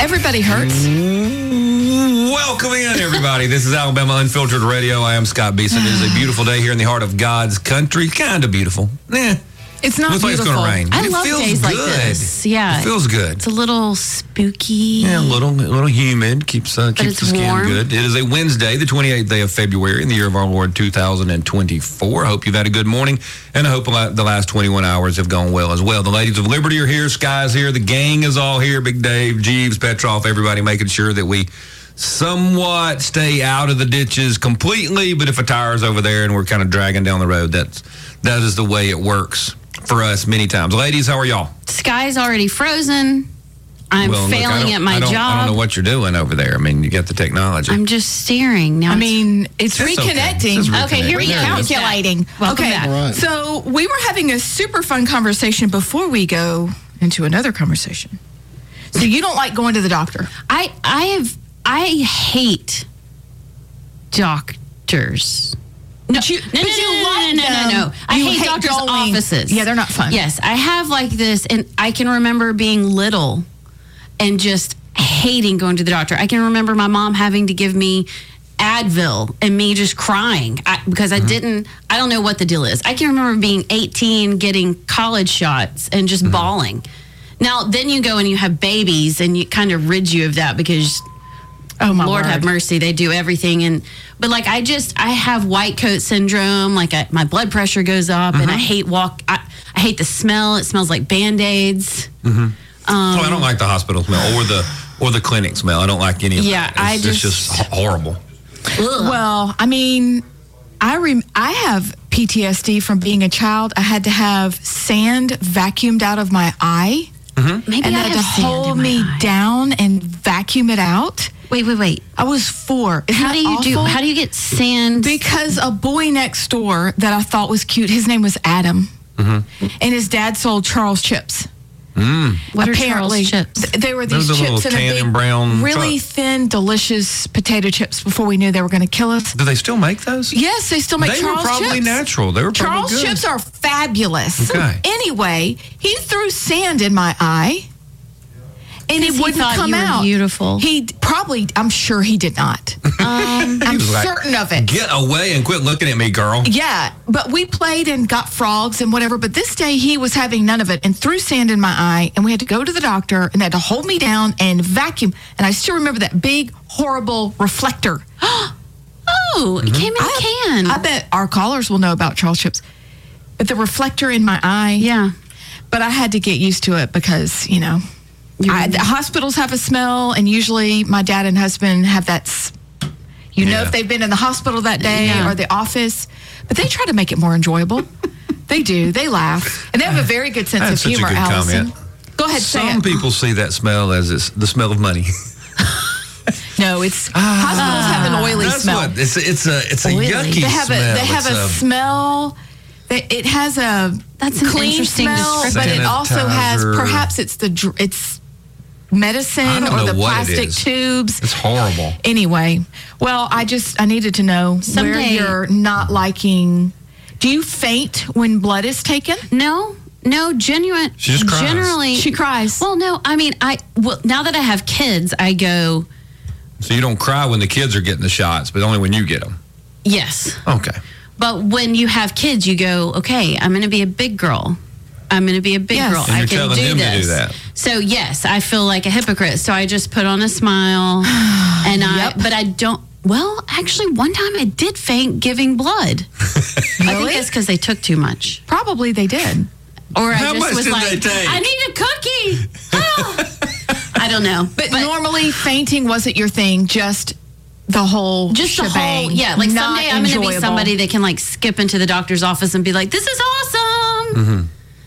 Everybody hurts. Mm-hmm. Welcoming in everybody. This is Alabama Unfiltered Radio. I am Scott Beeson. It is a beautiful day here in the heart of God's country. Kind of beautiful. Eh, It's not Looks like it's beautiful. gonna rain. I It love feels days like good. this. Yeah, it feels good. It's a little spooky. Yeah, a little, a little humid. Keeps uh, keeps it's the skin warm. good. It is a Wednesday, the 28th day of February in the year of our Lord 2024. I hope you've had a good morning, and I hope a lot- the last 21 hours have gone well as well. The ladies of Liberty are here. Sky's here. The gang is all here. Big Dave, Jeeves, Petroff, everybody making sure that we somewhat stay out of the ditches completely. But if a tire's over there and we're kind of dragging down the road, that's that is the way it works for us many times. Ladies, how are y'all? Sky's already frozen. I'm Well, look, I failing don't- at my I don't, I job. don't know what you're doing over there. I mean, you got the technology. I'm just staring now. I mean, it's It's okay. reconnecting. It's reconnecting. Okay, here we go. There it is. Calculating. Welcome okay. back. Right. So we were having a super fun conversation before we go into another conversation. So you don't like going to the doctor? I I have I hate doctors. No, But you- no, no, but you no, no, like no, no, no, no. them. I You hate, hate doctors' going. offices. Yeah, they're not fun. Yes, I have like this, and I can remember being little and just hating going to the doctor. I can remember my mom having to give me Advil and me just crying I, because I Mm-hmm. didn't. I don't know what the deal is. I can remember being 18, getting college shots, and just Mm-hmm. bawling. Now, then you go and you have babies, and it kind of rids you of that because Oh my Lord word. have mercy, they do everything. And but like I just I have white coat syndrome. Like I, my blood pressure goes up, and I hate walk. I, I hate the smell. It smells like band aids. Oh, um, I don't like the hospital smell or the or the clinic smell. I don't like any of Yeah, that. I It's, it's just- just ho- horrible. Well, I mean, I rem- I have PTSD from being a child. I had to have sand vacuumed out of my eye, Maybe and I they had have to sand in hold my me eye. down and vacuum it out. Wait, wait, wait. I was four. Isn't How that do you do? awful? How do you get sand? Because a boy next door that I thought was cute, his name was Adam, Mm-hmm. and his dad sold Charles chips. what are Apparently, Charles chips? th- they were these Those are little chips in tan a and big, brown really truck. thin, delicious potato chips. Before we knew they were going to kill us. Do they still make those? Yes, they still make they Charles were probably chips. natural. They were probably Charles good. chips are fabulous. Okay. Anyway, he threw sand in my eye, and it he wouldn't thought come you were out. beautiful. He d- probably. I'm sure he did not. Um, I'm was like, certain of it. Get away and quit looking at me, girl. Yeah, but we played and got frogs and whatever. But this day he was having none of it and threw sand in my eye, and we had to go to the doctor and they had to hold me down and vacuum. And I still remember that big horrible reflector. Oh, it came in a can. I bet our callers will know about Charles chips, but the reflector in my eye. yeah. but I had to get used to it because you know, I, the hospitals have a smell, and usually my dad and husband have that. s- You know, Yeah. if they've been in the hospital that day Yeah. or the office, but they try to make it more enjoyable. they do. They laugh, and they have a very good sense That's of such a humor. good Allison, comment. go ahead. say Some it. people see that smell as it's the smell of money. No, it's hospitals have an oily Ah. That's smell. what it's. It's a it's a Oily. yucky They have smell. a they have It's a, smell. That it has a That's an clean interesting smell, description. but it also has Sanitizer. perhaps it's the dr- it's I medicine don't or know the what it plastic is. tubes. It's horrible. Anyway, well, I just I needed to know where Someday- you're not liking. Do you faint when blood is taken? No, no, genuine. She just cries. Generally, She cries. Well, no, I mean, I well now that I have kids, I go So you don't cry when the kids are getting the shots, but only when you get them. yes. Okay. But when you have kids, you go, okay, I'm going to be a big girl. I'm going to be a big Yes. girl. And I you're can telling do them to do this. that. So yes, I feel like a hypocrite. So I just put on a smile, and I. Yep. But I don't. Well, actually, one time I did faint giving blood. I think Really? it's because they took too much, Probably they did. or How I just much was did like, they take? I need a cookie. Ah. I don't know, But, normally fainting wasn't your thing. Just the whole just the shebang. whole yeah like Not someday i'm gonna be enjoyable. somebody that can like skip into the doctor's office and be like this is awesome Mm-hmm.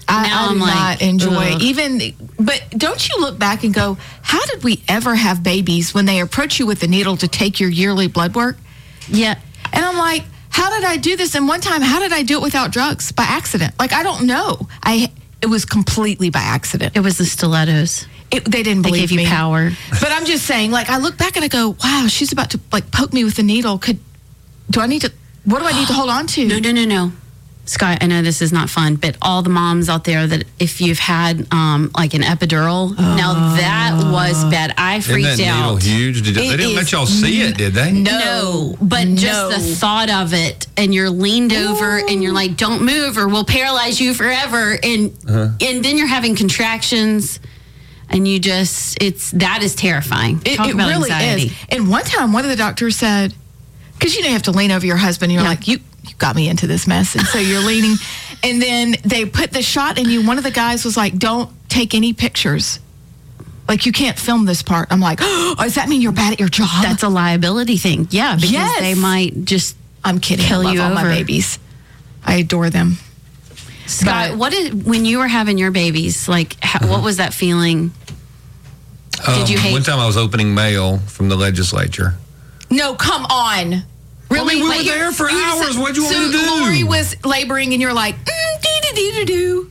I, now I I'm do like, not enjoy ugh. even. But don't you look back and go, how did we ever have babies when they approach you with the needle to take your yearly blood work? yeah And I'm like, how did I do this? And one time, how did I do it without drugs by accident? Like I don't know. I it was completely by accident. it was the stilettos It, they didn't They believe gave you me. power. But I'm just saying, like I look back and I go, wow, she's about to like poke me with a needle. Could do I need to? What do I need to hold on to? no no no no Scott, I know this is not fun, but all the moms out there that if you've had um, like an epidural, now that was bad. I Isn't freaked that needle out. huge? Did, they It didn't let is y'all see it, did they? No, but just the thought of it, and you're leaned over, and you're like, "Don't move, or we'll paralyze you forever." And Uh-huh. and then you're having contractions, and you just it's that is terrifying. It, Talk it about really anxiety. is. And one time, one of the doctors said, because you know you have to lean over your husband. You're like, you, you got me into this mess, and so you're leaning. And then they put the shot in you. One of the guys was like, don't take any pictures. Like you can't film this part. I'm like, oh, does that mean you're bad at your job? That's a liability thing. Yeah, because Yes. they might just I'm kidding. Kill I love you all my over. babies. I adore them. Scott, But- Uh-huh. what did when you were having your babies? Like, how, what was that feeling? Did Um, you hate- Um, One time I was opening mail from the legislature. No, come on. Really? mean, we were there for you just- hours. What'd you so want me to do? Lori was laboring, and you're like, mm, dee dee dee dee doo.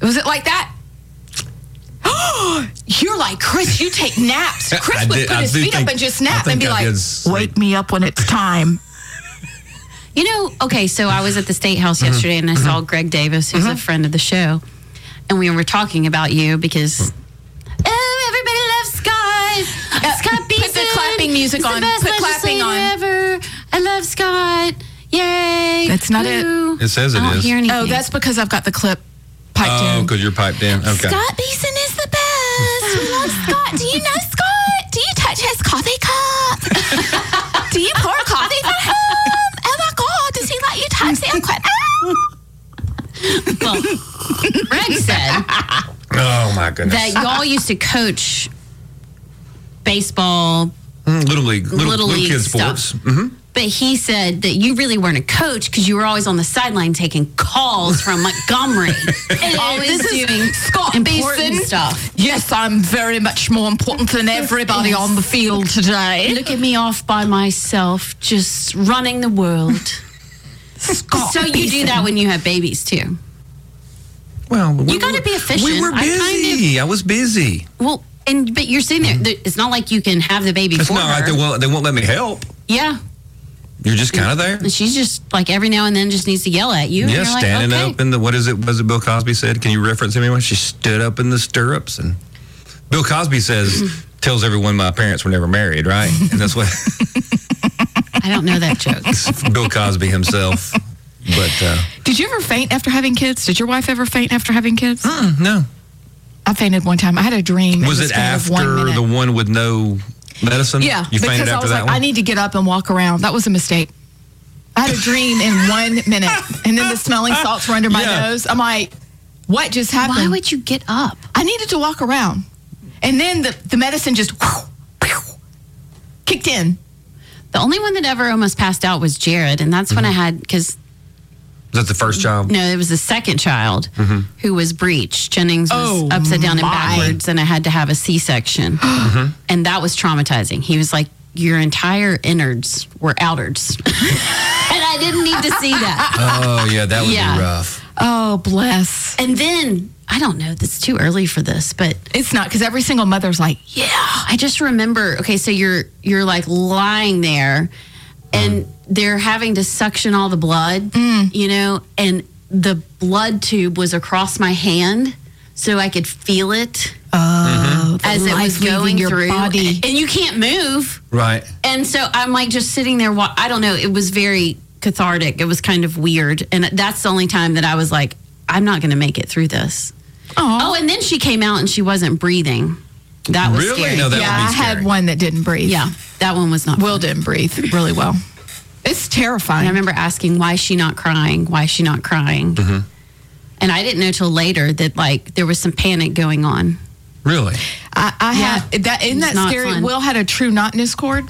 Was it like that? you're like Chris. You take naps. Chris I would did- put I his do feet think- up and just I nap think and be I like, did sleep. me up when it's time." You know, okay, so I was at the State House Mm-hmm. yesterday and I saw Greg Davis, who's a friend of the show, and we were talking about you Mm. because oh, everybody loves Scott. Scott put the Beeson. clapping music He's on. The best Put clapping on. legislator Ever. I love Scott. Yay. That's not it. Woo. It says it I don't is. hear anything. Oh, that's because I've got the clip piped Oh, in. because you're piped in. Okay. Scott Beeson is the best. We love Scott. Do you know Scott? Do you touch his coffee cup? Do you pour coffee for him? Oh my God, does he let you touch the quit? well, Greg said Oh my goodness. that y'all used to coach baseball, Mm, little league, little, Little little, league kids stuff. Mm-hmm. sports. Mhm. but he said that you really weren't a coach because you were always on the sideline taking calls from Montgomery and always This is doing Scott important Beeson. stuff. Yes, I'm very much more important than everybody on the field today. Look at me off by myself, just running the world. Scott so you do Beeson. that when you have babies too. Well, we You gotta were- be efficient. We were I kind of- busy. I, was busy. Well, and but you're sitting there. th- It's not like you can have the baby It's for not her. right. They won't, they won't let me help. Yeah, You're just kind of there. and she's just like every now and then just needs to yell at you. and Yeah, you're like, standing okay. up in the what is it? Was it Bill Cosby said? Can you reference anyone? She stood up in the stirrups, and Bill Cosby says tells everyone my parents were never married, right? And that's what I don't know that joke. Bill Cosby himself. But uh, Did you ever faint after having kids? Did your wife ever faint after having kids? mm, no, I fainted one time. I had a dream. in was the it span of after one minute. the one with no medicine? Yeah, you because fainted I after was that like, one. I need to get up and walk around. That was a mistake. I had a dream in one minute, and then the smelling salts were under my Yeah. nose. I'm like, what just happened? Why would you get up? I needed to walk around, and then the the medicine just kicked in. The only one that ever almost passed out was Jared, and that's when Mm-hmm. I had because was that the first job? no, it was the second child who was breech. Jennings was Mm-hmm. Oh, upside down my. Mm-hmm. and backwards, and I had to have a C-section, and that was traumatizing. He was like, "Your entire innards were outers," and I didn't need to see that. Oh yeah, that would Yeah. be rough. Oh, bless. And then I don't know. It's too early for this, but It's not because every single mother's like, yeah, I just remember. Okay, so you're you're like lying there, and they're having to suction all the blood, Mm. you know, and the blood tube was across my hand, so I could feel it Mm-hmm. oh, as it was going your through, body. and you can't move. Right. And so I'm like just sitting there. Wa- I don't know. It was very cathartic. It was kind of weird, and that's the only time that I was like, I'm not going to make it through this. Oh, and then she came out and she wasn't breathing. That was Really? scary. No, that- yeah. yeah, would I be had scary. one that didn't breathe. yeah, that one was not. Will didn't breathe really well. It's And I terrifying. remember asking why is she not crying? Why is she not crying? Mm-hmm. And I didn't know till later that like there was some panic going on. Really? I, I Yeah. had that. Isn't It's that not scary? fun. Will had a true knot in his cord,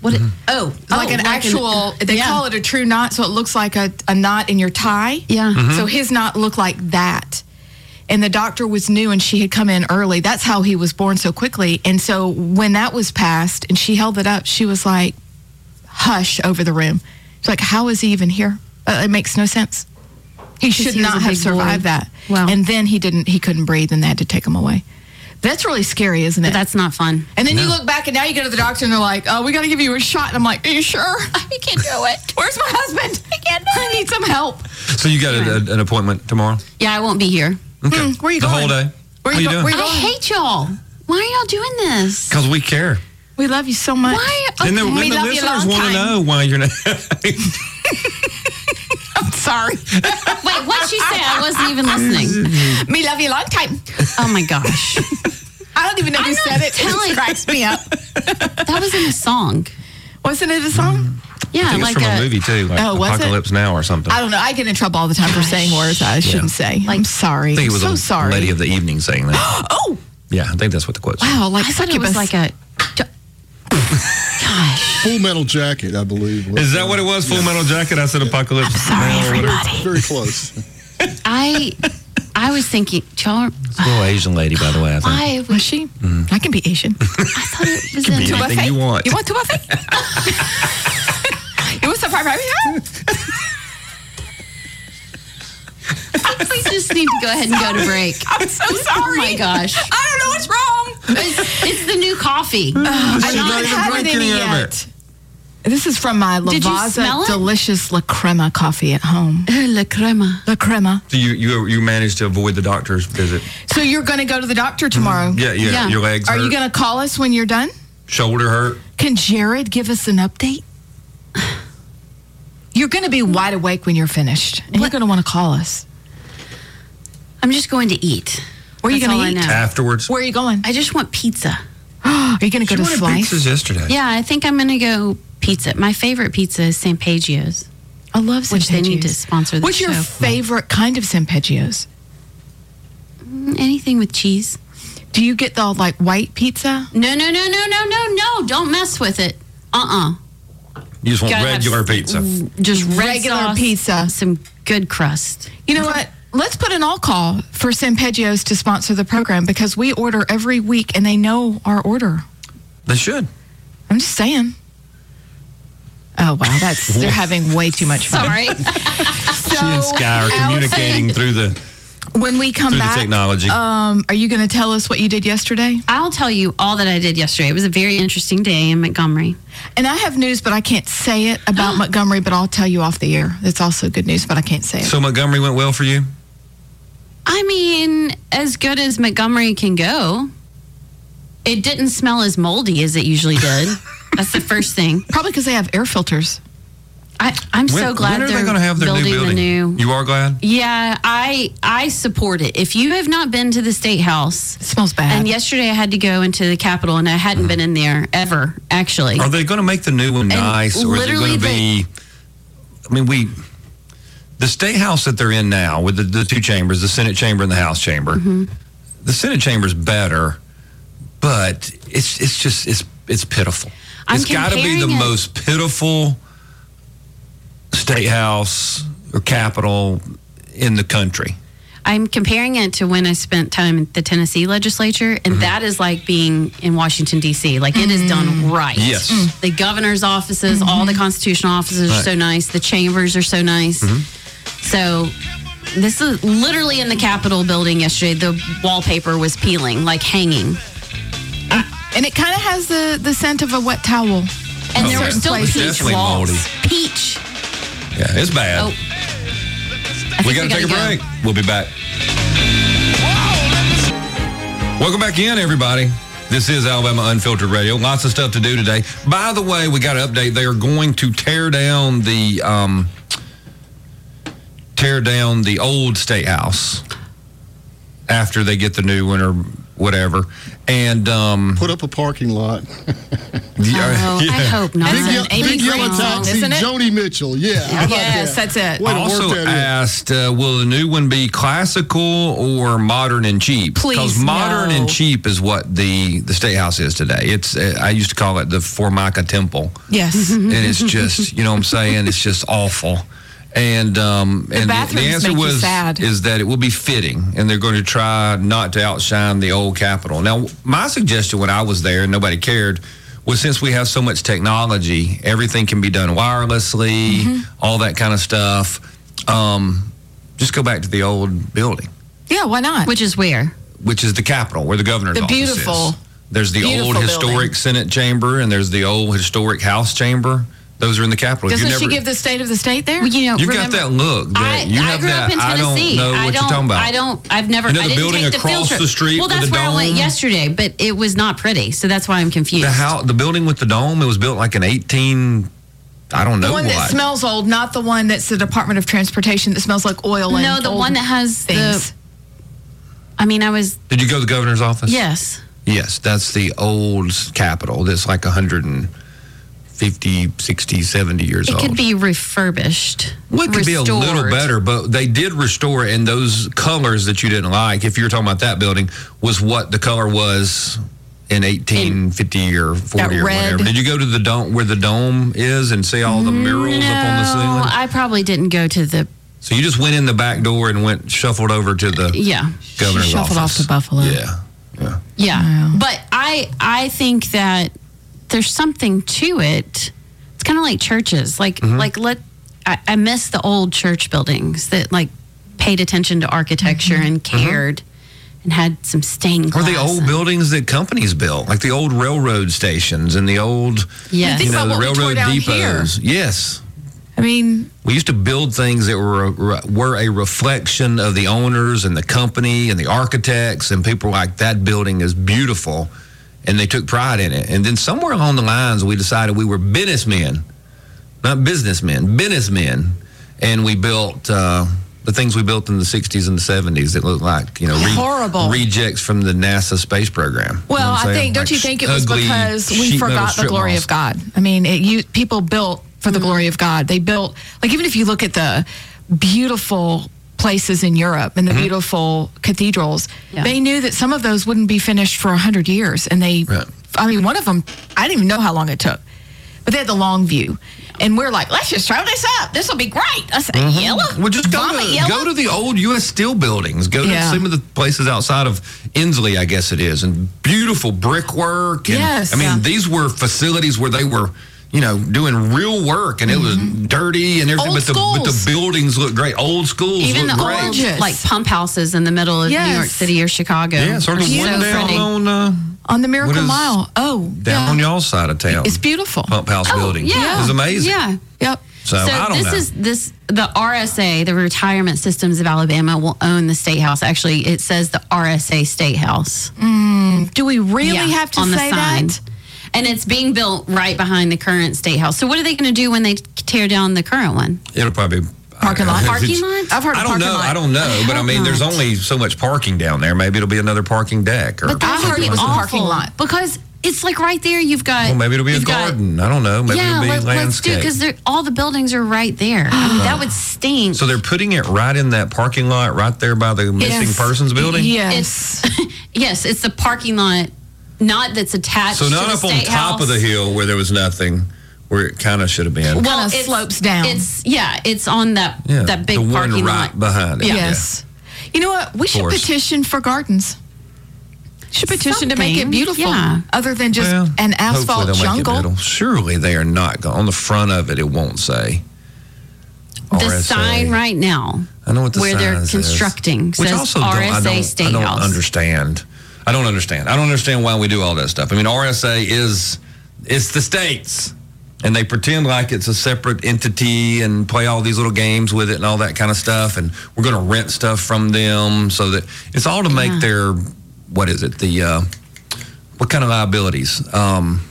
What? It, oh, like oh, an actual. they yeah. call it a true knot, so it looks like a, a knot in your tie. Yeah. Mhm. So his knot looked like that. And the doctor was new, and she had come in early. That's how he was born so quickly. And so when that was passed, and she held it up, she was like, "Hush!" over the room. She's like, "How is he even here? Uh, it makes no sense. He should he was a not have big boy. survived that." Wow. And then he didn't. He couldn't breathe, and they had to take him away. That's really scary, isn't it? That's not fun. and then you look back and now you go to the doctor and they're like, oh, we got to give you a shot. And I'm like, are you sure? I can't do it. Where's my husband? I can't do it. I need some help. So you got a, a- an appointment tomorrow? Yeah, I won't be here. Okay. Mm, where you the going? whole day? Where What you are you go- doing? where you- I hate y'all. Why are y'all doing this? Because we care. We love you so much. Why? And the, Oh, Okay, and we the love you a listeners long want to time. know why you're not. I'm sorry. Wait, what she say? I wasn't even listening. me love you long time. Oh my gosh, I don't even know if I'm you not said it. telling- It cracks me up. that was in a song. Wasn't it a song? Yeah, it's like from a, movie too, like Oh, was it? Apocalypse Now or something. I don't know. I get in trouble all the time for saying words I shouldn't say. I'm sorry. I think it was am so a sorry. lady of the evening saying that. oh, yeah, I think that's what the quote. said. wow. Like I thought it succubus. was like a. Gosh, Full Metal Jacket, I believe. Is that what it was? Full Metal Jacket. I said Apocalypse Now. or whatever. Very close. I, I was thinking, y'all. It's a little Asian lady, by the way. I think. I Was was. she? I can be Asian. I thought it was in. be a- anything Mm. you want. You want to buffet? you want some fried rice? We just need to go ahead and go to break. I'm so sorry. Oh my gosh, I don't know what's wrong. it's, it's the new coffee. I'm not even having drinking any any of yet. This is from my Did you smell Lavazza it? delicious La Crema coffee at home. La crema. La Crema. So you you you managed to avoid the doctor's visit. So you're going to go to the doctor tomorrow. Mm, Yeah, yeah. Yeah. Your legs Are hurt. you going to call us when you're done? shoulder hurt? Can Jared give us an update? You're going to be wide awake when you're finished, and you're What- going to want to call us. I'm just going to eat. Where are you That's gonna all I eat? know. Afterwards. Where are you going? I just want pizza. Are you going to go She to wanted Slice? pizzas yesterday. Yeah, I think I'm gonna go pizza. My favorite pizza is Sampagio's. I love Zempegios. Which they need to sponsor the What's your show. favorite kind of Zempegios? Anything with cheese. Do you get the like white pizza? No, no, no, no, no, no, no. Don't mess with it. Uh uh You just want Gotta have regular s- pizza. Just red Regular sauce, pizza. Some good crust. You know what? Let's put an all call for Zempegios to sponsor the program because we order every week and they know our order. They should. I'm just saying. Oh wow, that's they're having way too much fun. Sorry. So, She and Sky are communicating through the when we Oh, come through back, the technology. Um, are you going to tell us what you did yesterday? I'll tell you all that I did yesterday. It was a very interesting day in Montgomery. And I have news, but I can't say it about Montgomery. But I'll tell you off the air. It's also good news, but I can't say it. so Montgomery went well for you. I mean, as good as Montgomery can go, it didn't smell as moldy as it usually did. That's the first thing. Probably because they have air filters. I, I'm When- so glad when are they're they going to have their building new building? the new. You are glad. yeah, I I support it. If you have not been to the state house, It smells bad. and yesterday I had to go into the Capitol, and I hadn't Mm-hmm. been in there ever actually. Are they going to make the new one nice, or is it literally going to be? I mean, we the state house that they're in now with the, the two chambers, the Senate chamber and the House chamber. Mm-hmm. The Senate chamber's better, but it's it's just it's it's pitiful. I'm it's got to be the comparing it- most pitiful state house or capitol in the country. I'm comparing it to when I spent time at the Tennessee legislature, and Mm-hmm. that is like being in Washington, D.C. Like it is done right. Yes. Mm. The governor's offices, all the constitutional offices are Right. Mm-hmm. so nice, the chambers are so nice. So. This is literally in the Capitol building yesterday. The wallpaper was peeling, like hanging. and it kind of has the, the scent of a wet towel. And Oh, there were yeah. still It's peach definitely walls. moldy. Peach. Yeah, it's bad. Oh. I think we got to gotta take a go. break. We'll be back. Welcome back in, everybody. This is Alabama Unfiltered Radio. Lots of stuff to do today. By the way, we got an update. They are going to tear down the um, tear down the old state house after they get the new one or whatever. And um, Put up a parking lot. Oh, I hope not. Big, yell- Eighty big yellow grand. taxi, isn't it? Joni Mitchell. Yeah. how about Yes, that? that's it. Way to work also that in. asked, uh, will the new one be classical or modern and cheap? Please, because modern no. and cheap is what the the state house is today. It's uh, I used to call it the Formica Temple, Yes. and it's just you know what I'm saying. It's just awful. And um, and the, bathrooms answer make you was sad. is that it will be fitting, and they're going to try not to outshine the old Capitol. Now, my suggestion when I was there, and nobody cared, was since we have so much technology, everything can be done wirelessly, Mm-hmm. all that kind of stuff. Um, just go back to the old building. yeah, why not? Which is where? which is the Capitol, where the governor's The office beautiful- is. There's the beautiful old historic building. Senate chamber, and there's the old historic House chamber. Those are in the Capitol. Doesn't you never, she give the state of the state there? Well, you know, You've remember- got that look. That I, you I have grew that. up in Tennessee. I don't know what I you're talking about. I don't. I've never. You know the I didn't building take the across field trip. the street Well, with that's the where I went dome? yesterday, but it was not pretty. So that's why I'm confused. The house, the building with the dome, it was built like in 18, I don't know the one what. that smells old, not the one that's the Department of Transportation that smells like oil and No, the old one that has things. the. I mean, I was Did you go to the governor's office? yes. Yes, that's the old Capitol. That's like 150, 60, 70 years It old. could be refurbished. Well, it could be a little restored. better, but they did restore it, and those colors that you didn't like, if you were talking about that building, was what the color was in 1850 or 40 or red. whatever. Did you go to the dome where the dome is and see all the murals up on the No, ceiling? I probably didn't go to the. So you just went in the back door and went shuffled over to the Yeah. governor's shuffled off office. to Buffalo. Yeah, yeah. Yeah. Wow. But I I think that there's something to it. It's kind of like churches. Like Mm-hmm. like let I, I miss the old church buildings that like paid attention to architecture Mm-hmm. and cared and had some stained Or glass. the Mm-hmm. old buildings that companies built, like the old railroad stations and the old, Yes. you Think know, about what the we tore railroad down depots. Yes. I mean, We used to build things that were were a reflection of the owners and the company and the architects and people were like that building is beautiful, and they took pride in it. And then somewhere along the lines, we decided we were businessmen, not businessmen, businessmen, and we built uh, the things we built in the '60s and the '70s that looked like you know re- Horrible. rejects from the NASA space program. You know well, what I'm I saying? think don't Like you think it was ugly because we sheet metal forgot the strip glory malls. of God? I mean, it, you people built for the glory of God. They built like even if you look at the beautiful places in Europe and the Mm-hmm. beautiful cathedrals, Yeah. they knew that some of those wouldn't be finished for hundred years, and they. Right. I mean, one of them, I didn't even know how long it took, but they had the long view. And we're like, let's just throw this up. This will be great. I said, yellow. Mm-hmm. Well, just go Vomit to, yellow? go to the old U.S. steel buildings. Go Yeah. to some of the places outside of Inslee, I guess it is, and beautiful brickwork. And, Yes. I mean, Yeah. these were facilities where they were, you know, doing real work, and it was dirty and everything. Mm-hmm. Old but the but schools. the buildings look great. Old schools Even look the great. old Gorgeous. like pump houses in the middle of New York Yes. City or Chicago. yeah, sort of are one down pretty. on uh, on the Miracle What is- Mile. Oh, down yeah. on y'all's side of town. It's beautiful. Oh, Pump house building. Yeah, it's amazing. Yeah. Yep. So, I don't this know. is this the RSA, the Retirement Systems of Alabama, will own the state house. Actually, it says the RSA State House. Do we really Yeah, have to say that? and it's being built right behind the current state house. So what are they going to do when they tear down the current one? It'll probably Parking lot. Parking lot? I've heard I of don't parking know. lot. I don't know. I But I hope mean, there's not. only so much parking down there. Maybe it'll be another parking deck. Or But I that heard would be it was a awful parking lot. because it's like right there. You've got Well, maybe it'll be a you've got- garden. I don't know. Maybe yeah, it'll be let, let's do landscape. Uh-huh. because all the buildings are right there. I mean, that would stink. so they're putting it right in that parking lot, right there by the missing Yes. persons building. Yes. yes, it's the parking lot, not that's attached. So to not the up on state top of house. the hill where there was nothing, where it kind of should have been. Kinda it's- slopes down. It's yeah, it's on that Yeah, that big the one parking right lot. behind it. Yeah. yes. You know what? We should course. petition for gardens. Should petition to make it Something, beautiful, yeah. other than just an hopefully asphalt they'll make it jungle. middle. Surely they are not going on the front of it. It won't say. The RSA. sign right now. I know what the where they're sign says. constructing Which says also don't- I RSA don't, I State don't House. understand. I don't understand. I don't understand why we do all that stuff. I mean, RSA is it's the states, and they pretend like it's a separate entity and play all these little games with it and all that kind of stuff. And we're going to rent stuff from them so that it's all to make Yeah. their what is it the uh, what kind of liabilities? Um,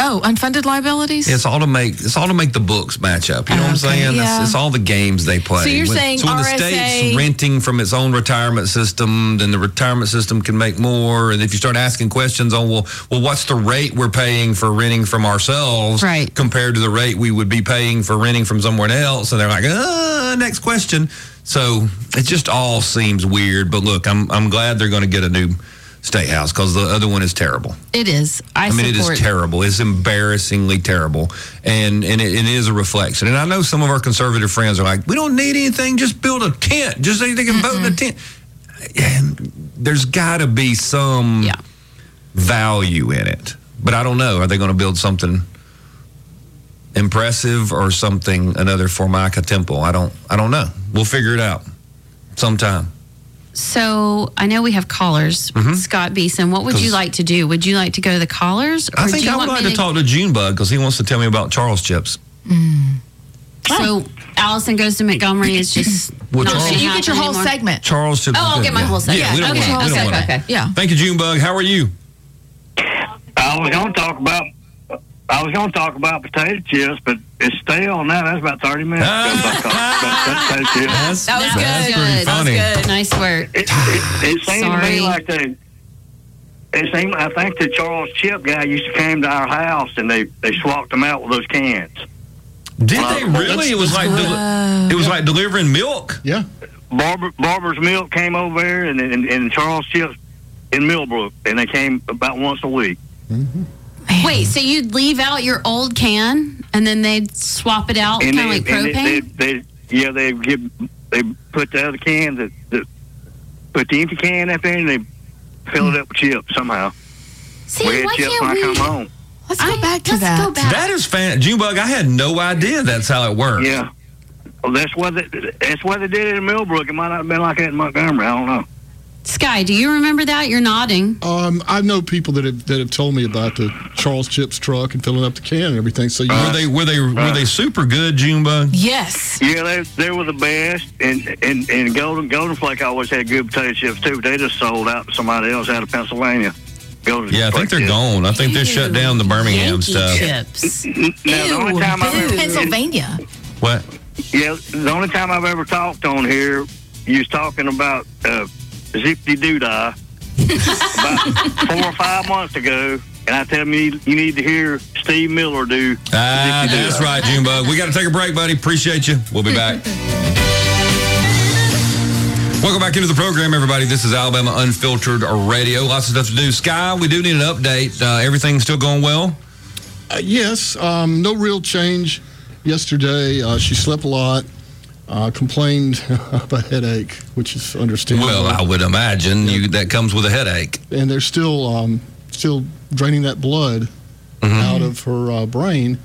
Oh, unfunded liabilities. it's all to make it's all to make the books match up. You know what I'm Okay, saying? yeah. It's, it's all the games they play. So you're when, saying so when the RSA state's renting from its own retirement system, then the retirement system can make more. And if you start asking questions on well, well, what's the rate we're paying for renting from ourselves Right. compared to the rate we would be paying for renting from someone else? And they're like, uh, next question. So it just all seems weird. But look, I'm I'm glad they're going to get a new state house because the other one is terrible. It is. I, I mean, it support. is terrible. It's embarrassingly terrible, and and it, it is a reflection. And I know some of our conservative friends are like, "We don't need anything. Just build a tent. Just they, they can vote in a tent." And there's got to be some Yeah. value in it, but I don't know. Are they going to build something impressive or something another Formica temple? I don't. I don't know. We'll figure it out sometime. So I know we have callers. Scott Beeson, what would you Mm-hmm. 'Cause- like to do? Would you like to go to the callers? I or think do you I would want me like to talk to Junebug because he wants to tell me about Charles chips. So Allison goes to Montgomery. It's just Well, not Charles- gonna So you get your happen whole anymore. segment. Charles chips. Oh, I'll is get good. my Yeah. whole segment. Yeah, we don't Okay, want- we okay, don't want okay, it. okay. Yeah. Thank you, Junebug. How are you? I was going to talk about. I was going to talk about potato chips, but it's stale now. That's about thirty minutes. ago, if I talked about potato chips. That's, That was that's good. pretty That funny. was good. Nice work. It, it, it seemed to Sorry. me like they. It seemed. I think the Charles Chip guy used to came to our house and they they swapped them out with those cans. Did they Wow. really? it was like deli- it was like delivering milk. Yeah. Barber, Barber's Milk came over there and, and and Charles Chips in Millbrook, and they came about once a week. Wait, so you'd leave out your old can and then they'd swap it out, and kind of Oh, like propane? they, they, they, yeah, they give they put the other can that the put the empty can up there and they fill it up with chips somehow. See, we had Hmm. why chips when can't I we? come home. Let's go I- back to let's that. Go back. That is fan Junebug. I had no idea that's how it works. Yeah. Well, that's what they, that's what they did it in Millbrook. It might not have been like that in Montgomery. I don't know. Sky, do you remember that? You're nodding. Um, I know people that have that have told me about the Charles Chips truck and filling up the can and everything. So you Were they were they were Right. they super good, Junebug? Yes. Yeah, they they were the best, and and and Golden Golden Flake always had good potato chips too. They just sold out to somebody else out of Pennsylvania. Golden Yeah, I think Flake they're did. gone. I think they shut down the Birmingham Yankee stuff. Chips. Now, the only Ew, time I this is remember- Pennsylvania. What? Yeah, the only time I've ever talked on here, you was talking about uh, Zippy Doodah about four or five months ago, and I tell you you need to hear Steve Miller do. Ah, Zippy that's Doodah. right, Junebug. We got to take a break, buddy. Appreciate you. We'll be back. Welcome back into the program, everybody. This is Alabama Unfiltered Radio. Lots of stuff to do. Sky, we do need an update. Uh, everything's still going well. Uh, yes, um, no real change yesterday. Uh, she slept a lot, uh, complained of a headache, which is understandable. Well, I would imagine you that comes with a headache. and they're still um, still draining that blood Mm-hmm. out of her uh, brain,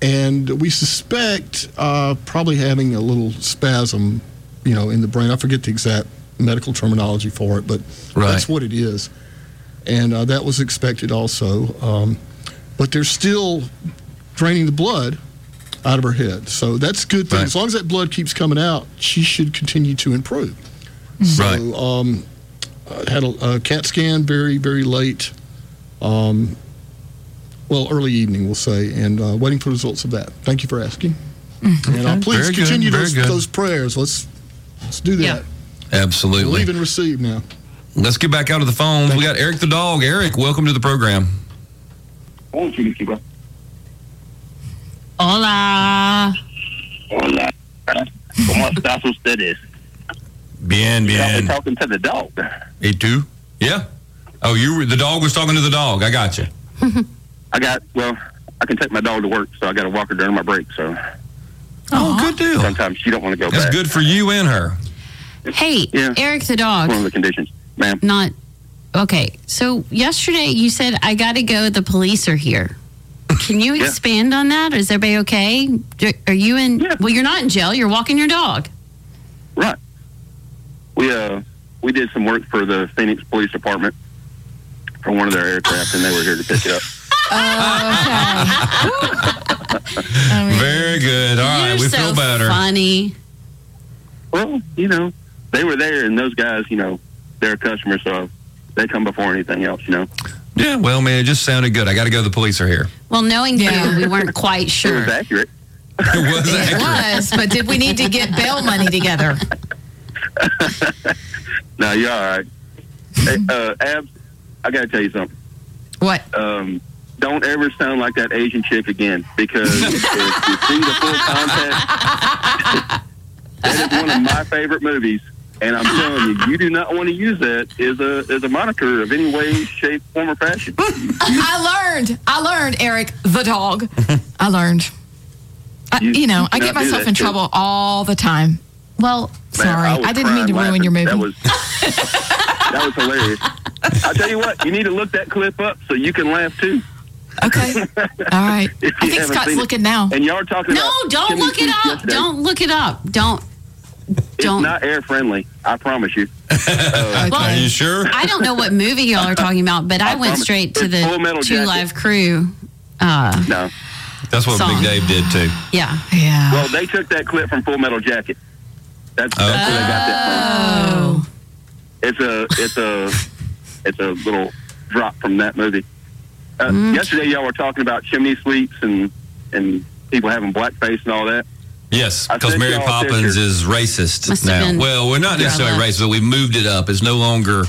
and we suspect uh, probably having a little spasm, you know, in the brain. I forget the exact medical terminology for it, but Right. that's what it is, and uh, that was expected also. Um, but they're still draining the blood out of her head, so that's a good thing. Right. As long as that blood keeps coming out, she should continue to improve. So, Right. um, I had a, a CAT scan very, very late. Um, well, early evening, we'll say, and uh, waiting for the results of that. Thank you for asking. And uh, Okay. please Very good, continue very those, good. those prayers. Let's let's do that. Yeah. Absolutely. Believe and receive now. Let's get back out of the phones. We got Eric the dog. Eric, welcome to the program. I want you to keep up. Hola. Hola. ¿Cómo estás ustedes? Bien, bien. talking to the dog. Me too. Yeah. Oh, you were, the dog was talking to the dog. I got you. I got well. I can take my dog to work, so I got to walk her during my break. So Oh, good deal. sometimes she don't want to go That's back. good for you and her. Hey, Yeah. Eric the dog. One of the conditions, ma'am. Not okay. So yesterday you said I got to go. The police are here. Can you Yeah. expand on that? Is everybody okay? Do- Are you in? Yeah. Well, you're not in jail. You're walking your dog. Right. We uh we did some work for the Phoenix Police Department for one of their aircraft, and they were here to pick it up. Very good. All right, you're we so feel better. Funny. Well, you know, they were there, and those guys, you know, they're a customer, so they come before anything else. You know, Yeah, well, man, it just sounded good. I got to go. The police are here. Well, knowing Yeah. you, we weren't quite it sure. was accurate. It was It accurate. was, but did we need to get bail money together? No, you're all right. hey, uh, Abs, I got to tell you something. What? um, don't ever sound like that Asian chick again because if you see the full context, that is one of my favorite movies. And I'm telling you, you do not want to use that as a as a moniker of any way, shape, form, or fashion. I learned. I learned, Eric the dog. I learned. I, You- you know, you I get cannot do myself that in shit. trouble all the time. Well, sorry, Man, I, was didn't mean to crying ruin your movie. laughing. That was that was hilarious. I'll tell you what, you need to look that clip up so you can laugh too. okay, all right. If I you think haven't Scott's seen it. looking now. And y'all are talking No, about don't Chimney look it Sweep up. yesterday. Don't look it up. Don't. don't. It's not air friendly. I promise you. Are well, you sure? I don't know what movie y'all are talking about, but I went promise. straight to It's Full the Metal Two Jacket. Live Crew. Uh, No. That's what Song. Big Dave did too. yeah. Yeah. Well, they took that clip from Full Metal Jacket. That's, that's where they got that Oh. from. It's a it's a it's a little drop from that movie. Uh, Mm. Yesterday, y'all were talking about chimney sweeps and and people having blackface and all that. Yes, I because sent Mary y'all a Poppins picture. is racist Must've now. been- well, we're not Yeah, necessarily that- racist, but we've moved it up. It's no longer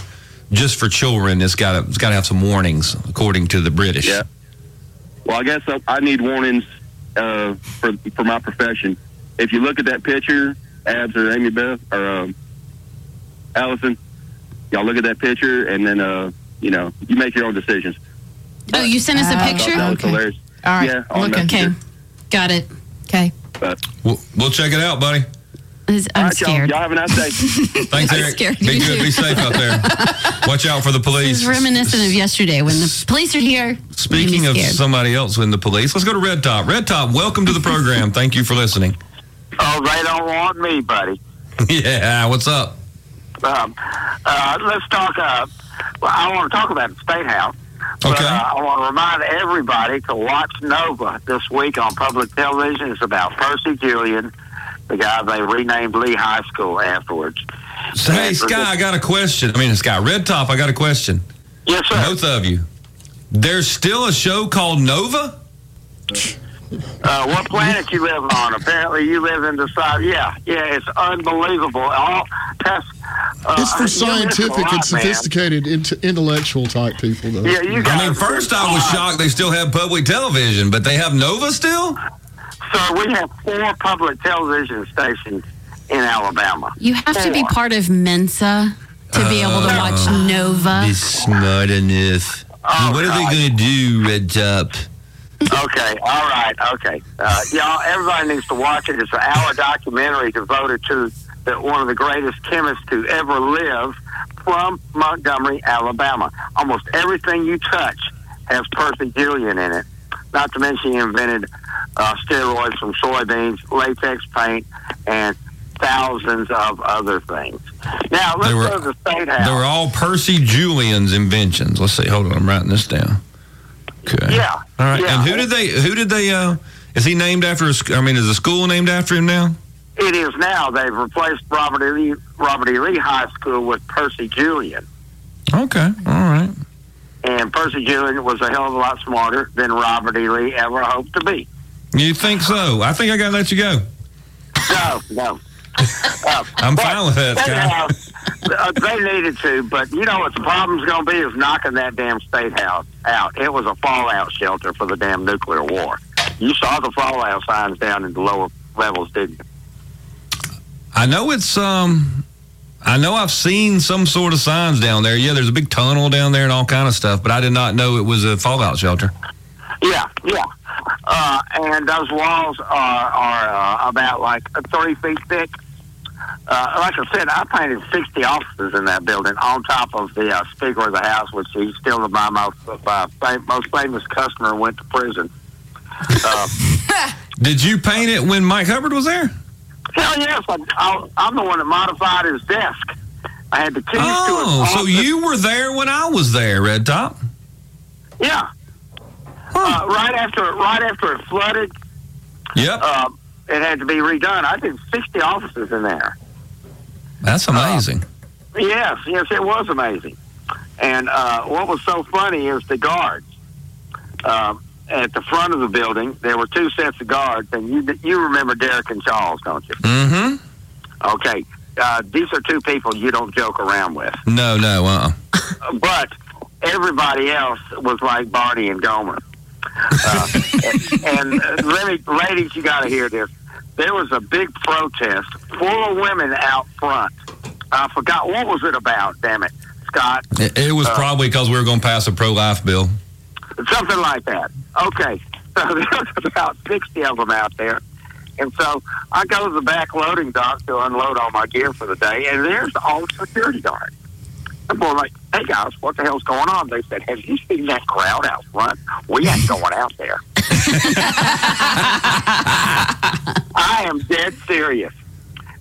just for children. It's got to it's got to have some warnings, according to the British. Yeah. Well, I guess I, I need warnings uh, for for my profession. If you look at that picture, abs or Amy Beth or um, Allison, y'all look at that picture, and then uh, you know you make your own decisions. Oh, you sent us Uh, a I thought that picture? was Okay. hilarious. All right. Yeah, on Looking. Okay. Messenger. Got it. Okay. But, We'll, we'll check it out, buddy. It's- all I'm right, y'all, scared. y'all have a nice day. Thanks, I'm Eric. scared. Be You good. too. Be safe out there. Watch out for the police. It's reminiscent of yesterday when the police are here. Speaking of somebody else in the police, let's go to Red Top. Red Top, welcome to the program. Thank you for listening. Oh, they don't want me, buddy. yeah, what's up? Um, uh, let's talk. Uh, well, I want to talk about the State House. But, Okay. uh, I want to remind everybody to watch Nova this week on public television. It's about Percy Julian, the guy they renamed Lee High School afterwards. Hey, Sky, I got a question. I mean, Sky, Red Top, I got a question. Yes, sir. Both of you. There's still a show called Nova? Uh, what planet you living on? Apparently, you live in the side. Yeah, yeah, it's unbelievable. All that's, uh, It's for you listen a scientific lot, man. and sophisticated, int- intellectual type people, though. Yeah, you guys. I mean, first I was shocked they still have public television, but they have Nova still? Uh-huh. Sir, we have four public television stations in Alabama. You have to be part of Mensa to be able Uh, to watch Nova. It's not enough. Oh, what are they going to do, Red Top? Okay, all right, okay. Uh, y'all, everybody needs to watch it. It's an hour documentary devoted to the, one of the greatest chemists to ever live from Montgomery, Alabama. Almost everything you touch has Percy Julian in it. Not to mention he invented uh, steroids from soybeans, latex paint, and thousands of other things. Now, let's They were- go to the State House. They were all Percy Julian's inventions. Let's see. Hold on, I'm writing this down. Okay. Yeah. All right. yeah. And who did they? Who did they? Uh, is he named after? A, sc- I mean, is the school named after him now? It is now. They've replaced Robert E. Lee, Robert E. Lee High School with Percy Julian, Okay. All right. and Percy Julian was a hell of a lot smarter than Robert E. Lee ever hoped to be. You think so? I think I gotta let you go. No, no. I'm fine with that, State Sky. House, uh, they needed to, but you know what the problem's going to be is knocking that damn state house out. It was a fallout shelter for the damn nuclear war. You saw the fallout signs down in the lower levels, didn't you? I know it's um. I know I've seen some sort of signs down there. Yeah, there's a big tunnel down there and all kind of stuff, but I did not know it was a fallout shelter. Yeah, yeah. Uh, and those walls are, are uh, about like 30 feet thick. Uh, like I said, I painted 60 offices in that building on top of the uh, Speaker of the House, which he's still my most, my fam- most famous customer and went to prison. Uh, Did you paint it when Mike Hubbard was there? hell yes, I, I, I'm the one that modified his desk. I had the keys Oh, to his so office. you were there when I was there, Red Top. Yeah. Uh, right after right after it flooded, Yep, uh, it had to be redone. I did 60 offices in there. uh. that's amazing. Yes, yes, it was amazing. And uh, what was so funny is the guards um, at the front of the building. There were two sets of guards, and you you remember Derek and Charles, don't you? Mm-hmm. Okay, uh, these are two people you don't joke around with. No, no, uh-uh. But everybody else was like Barney and Gomer. Uh, and uh, let me, ladies, you got to hear this. There was a big protest full of women out front. I forgot what was it about. Damn it, Scott. It, it Uh. was probably because we were going to pass a pro-life bill. something like that. Okay, so there's about sixty of them out there, and so I go to the back loading dock to unload all my gear for the day, and there's all the security guards. I'm going like, "Hey guys, what the hell's going on?" They said, "Have you seen that crowd out front? We ain't going out there." I am dead serious.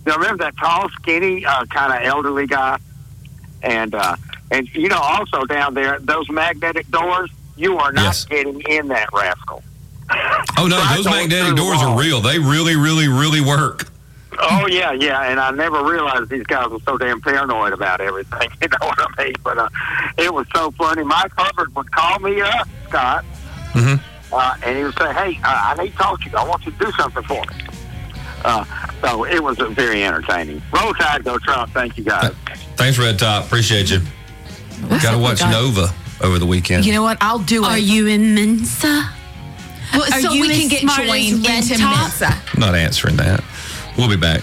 Now remember that tall, skinny, uh, kind of elderly guy, and uh, and you know also down there those magnetic doors. You are not Yes. getting in that rascal. Oh no, So I those don't magnetic do doors wall. are real. They really, really, really work. Oh yeah, yeah, and I never realized these guys were so damn paranoid about everything. You know what I mean? But uh, it was so funny. Mike Hubbard would call me up, Scott, Mhm. uh, and he would say, "Hey, uh, I need to talk to you. I want you to do something for me." Uh, so it was uh, very entertaining. Roll Tide, go Trump! Thank you guys. Thanks, Red Top. Appreciate you. Got to watch Nova over the weekend. You know what? I'll do it. Are you in Mensa? Well, are so you we as can get smart as joined Red into Top? Mensa. Not answering that. We'll be back.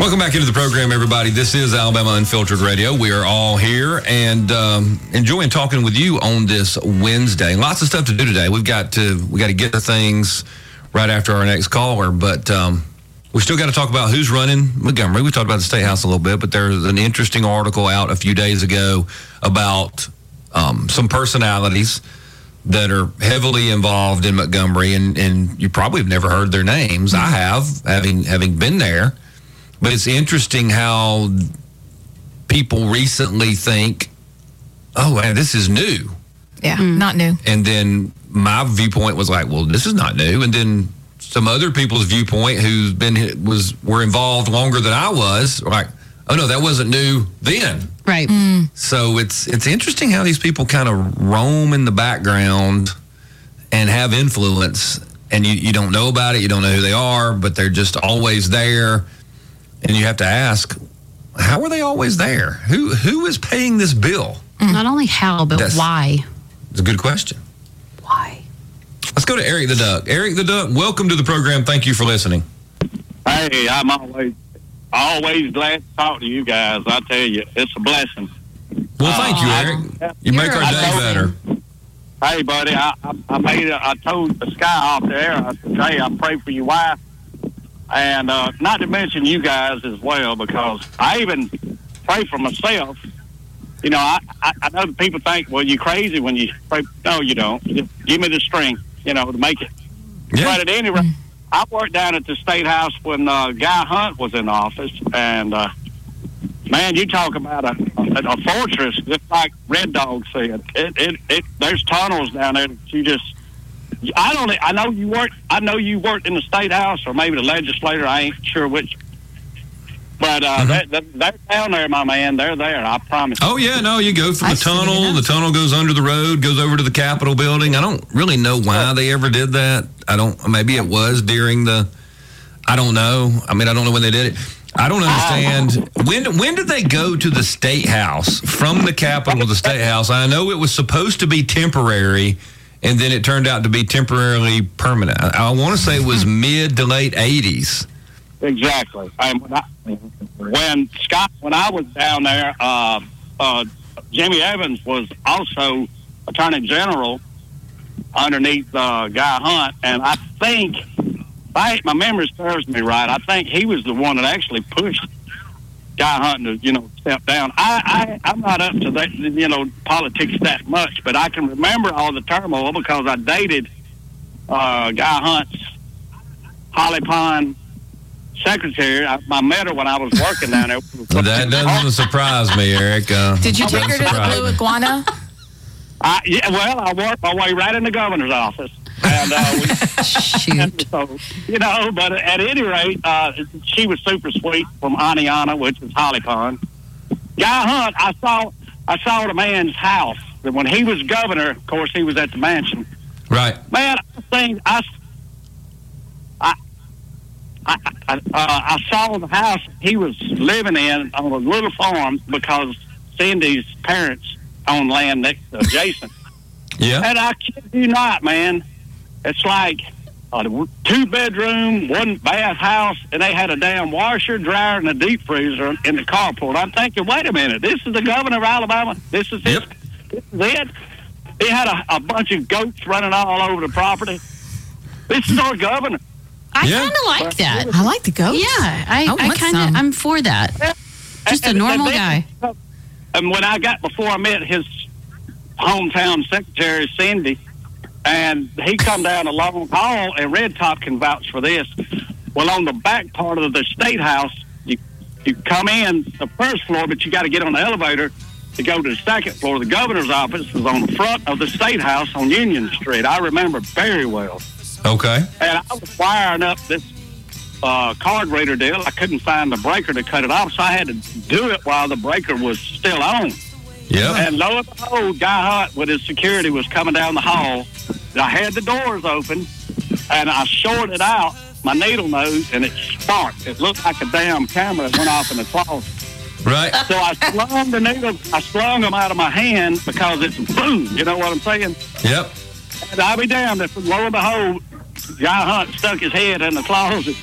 Welcome back into the program, everybody. This is Alabama Unfiltered Radio. We are all here and um, enjoying talking with you on this Wednesday. Lots of stuff to do today. We've got to we got to get to things right after our next caller, but um, we still got to talk about who's running Montgomery. We talked about the state house a little bit, but there's an interesting article out a few days ago about um, some personalities that are heavily involved in Montgomery, and, and you probably have never heard their names. I have, having having been there. But it's interesting how people recently think, "Oh, man, this is new," Yeah, not new. and then my viewpoint was like, "Well, this is not new," and then some other people's viewpoint who's been was were involved longer than I was, were like, "Oh no, that wasn't new then." Right. So it's it's interesting how these people kind of roam in the background and have influence, and you, you don't know about it, you don't know who they are, but they're just always there, and you have to ask, how are they always there? Who who is paying this bill? Not only how, but That's- why? It's a good question. Why? Let's go to Eric the Duck. Eric the Duck, welcome to the program. Thank you for listening. Hey, I'm always always glad to talk to you guys. I tell you, it's a blessing. Well, thank you, I- Eric. You make You're our a day blessing. better. Hey, buddy, I, I, I made a, I told the sky off there. I said, hey, I pray for your wife, and uh, not to mention you guys as well, because I even pray for myself. You know, I, I, I know people think, well, you crazy when you pray. No, you don't. Just give me the strength, you know, to make it. Yeah. But at any rate, I worked down at the state house when uh, Guy Hunt was in office, and uh, man, you talk about a, a, a fortress, just like Red Dog said. It, it, it, there's tunnels down there. That you just, I don't. I know you worked. I know you worked in the state house, or maybe the legislature. I ain't sure which. But uh, they, they, they're down there, my man. They're there. I promise. Oh yeah, no, you go from I the see what it tunnel. The is. tunnel goes under the road, goes over to the Capitol building. I don't really know why they ever did that. I don't. Maybe it was during the. I don't know. I mean, I don't know when they did it. I don't understand when when did they go to the state house from the Capitol to the state house? I know it was supposed to be temporary, and then it turned out to be temporarily permanent. I, I want to say it was Hmm. mid to late eighties. Exactly. And when, I, when Scott, when I was down there, uh, uh, Jimmy Evans was also Attorney General underneath uh, Guy Hunt, and I think, if I, my memory serves me right, I think he was the one that actually pushed Guy Hunt to, you know, step down. I, I, I'm not up to that, you know, politics that much, but I can remember all the turmoil because I dated uh, Guy Hunt's Holly Pond secretary. I, I met her when I was working down there. That doesn't surprise me, Eric. Uh, Did you Oh, doesn't take her to the surprise blue me. iguana? I, yeah, well, I worked my way right in the governor's office. And, uh, Shoot. we, so, you know, but at any rate, uh, she was super sweet from Aniana, which is Holly Pond. Guy Hunt, I saw, I saw the man's house. That When he was governor, of course, he was at the mansion. Right. Man, I think I, I, I, I, uh, I saw the house he was living in on a little farm because Cindy's parents own land next to adjacent. Yeah. and I kid you not, man, it's like a two bedroom, one bath house, and they had a damn washer, dryer, and a deep freezer in the carport. I'm thinking, wait a minute, this is the governor of Alabama. This is Yep. it. This is it. He had a, a bunch of goats running all over the property. This is our governor. I Yeah. kind of like that. I like the goats. Yeah, I, I I, Oh, want kind some. of, I'm for that. Just a And- and normal then- guy. And when I got before I met his hometown secretary, Cindy, and he come down a long haul, and Red Top can vouch for this. Well, on the back part of the state house, you you come in the first floor, but you got to get on the elevator to go to the second floor. The governor's office is on the front of the state house on Union Street. I remember very well. Okay. And I was wiring up this uh, card reader deal. I couldn't find the breaker to cut it off, so I had to do it while the breaker was still on. Yep. And lo and behold, Guy Hunt with his security was coming down the hall. And I had the doors open, and I shorted out my needle nose, and it sparked. It looked like a damn camera that went off in the closet. Right. So I slung the needle, I slung them out of my hand because it's boom. You know what I'm saying? Yep. And I'll be damned if, lo and behold, Guy Hunt stuck his head in the closet.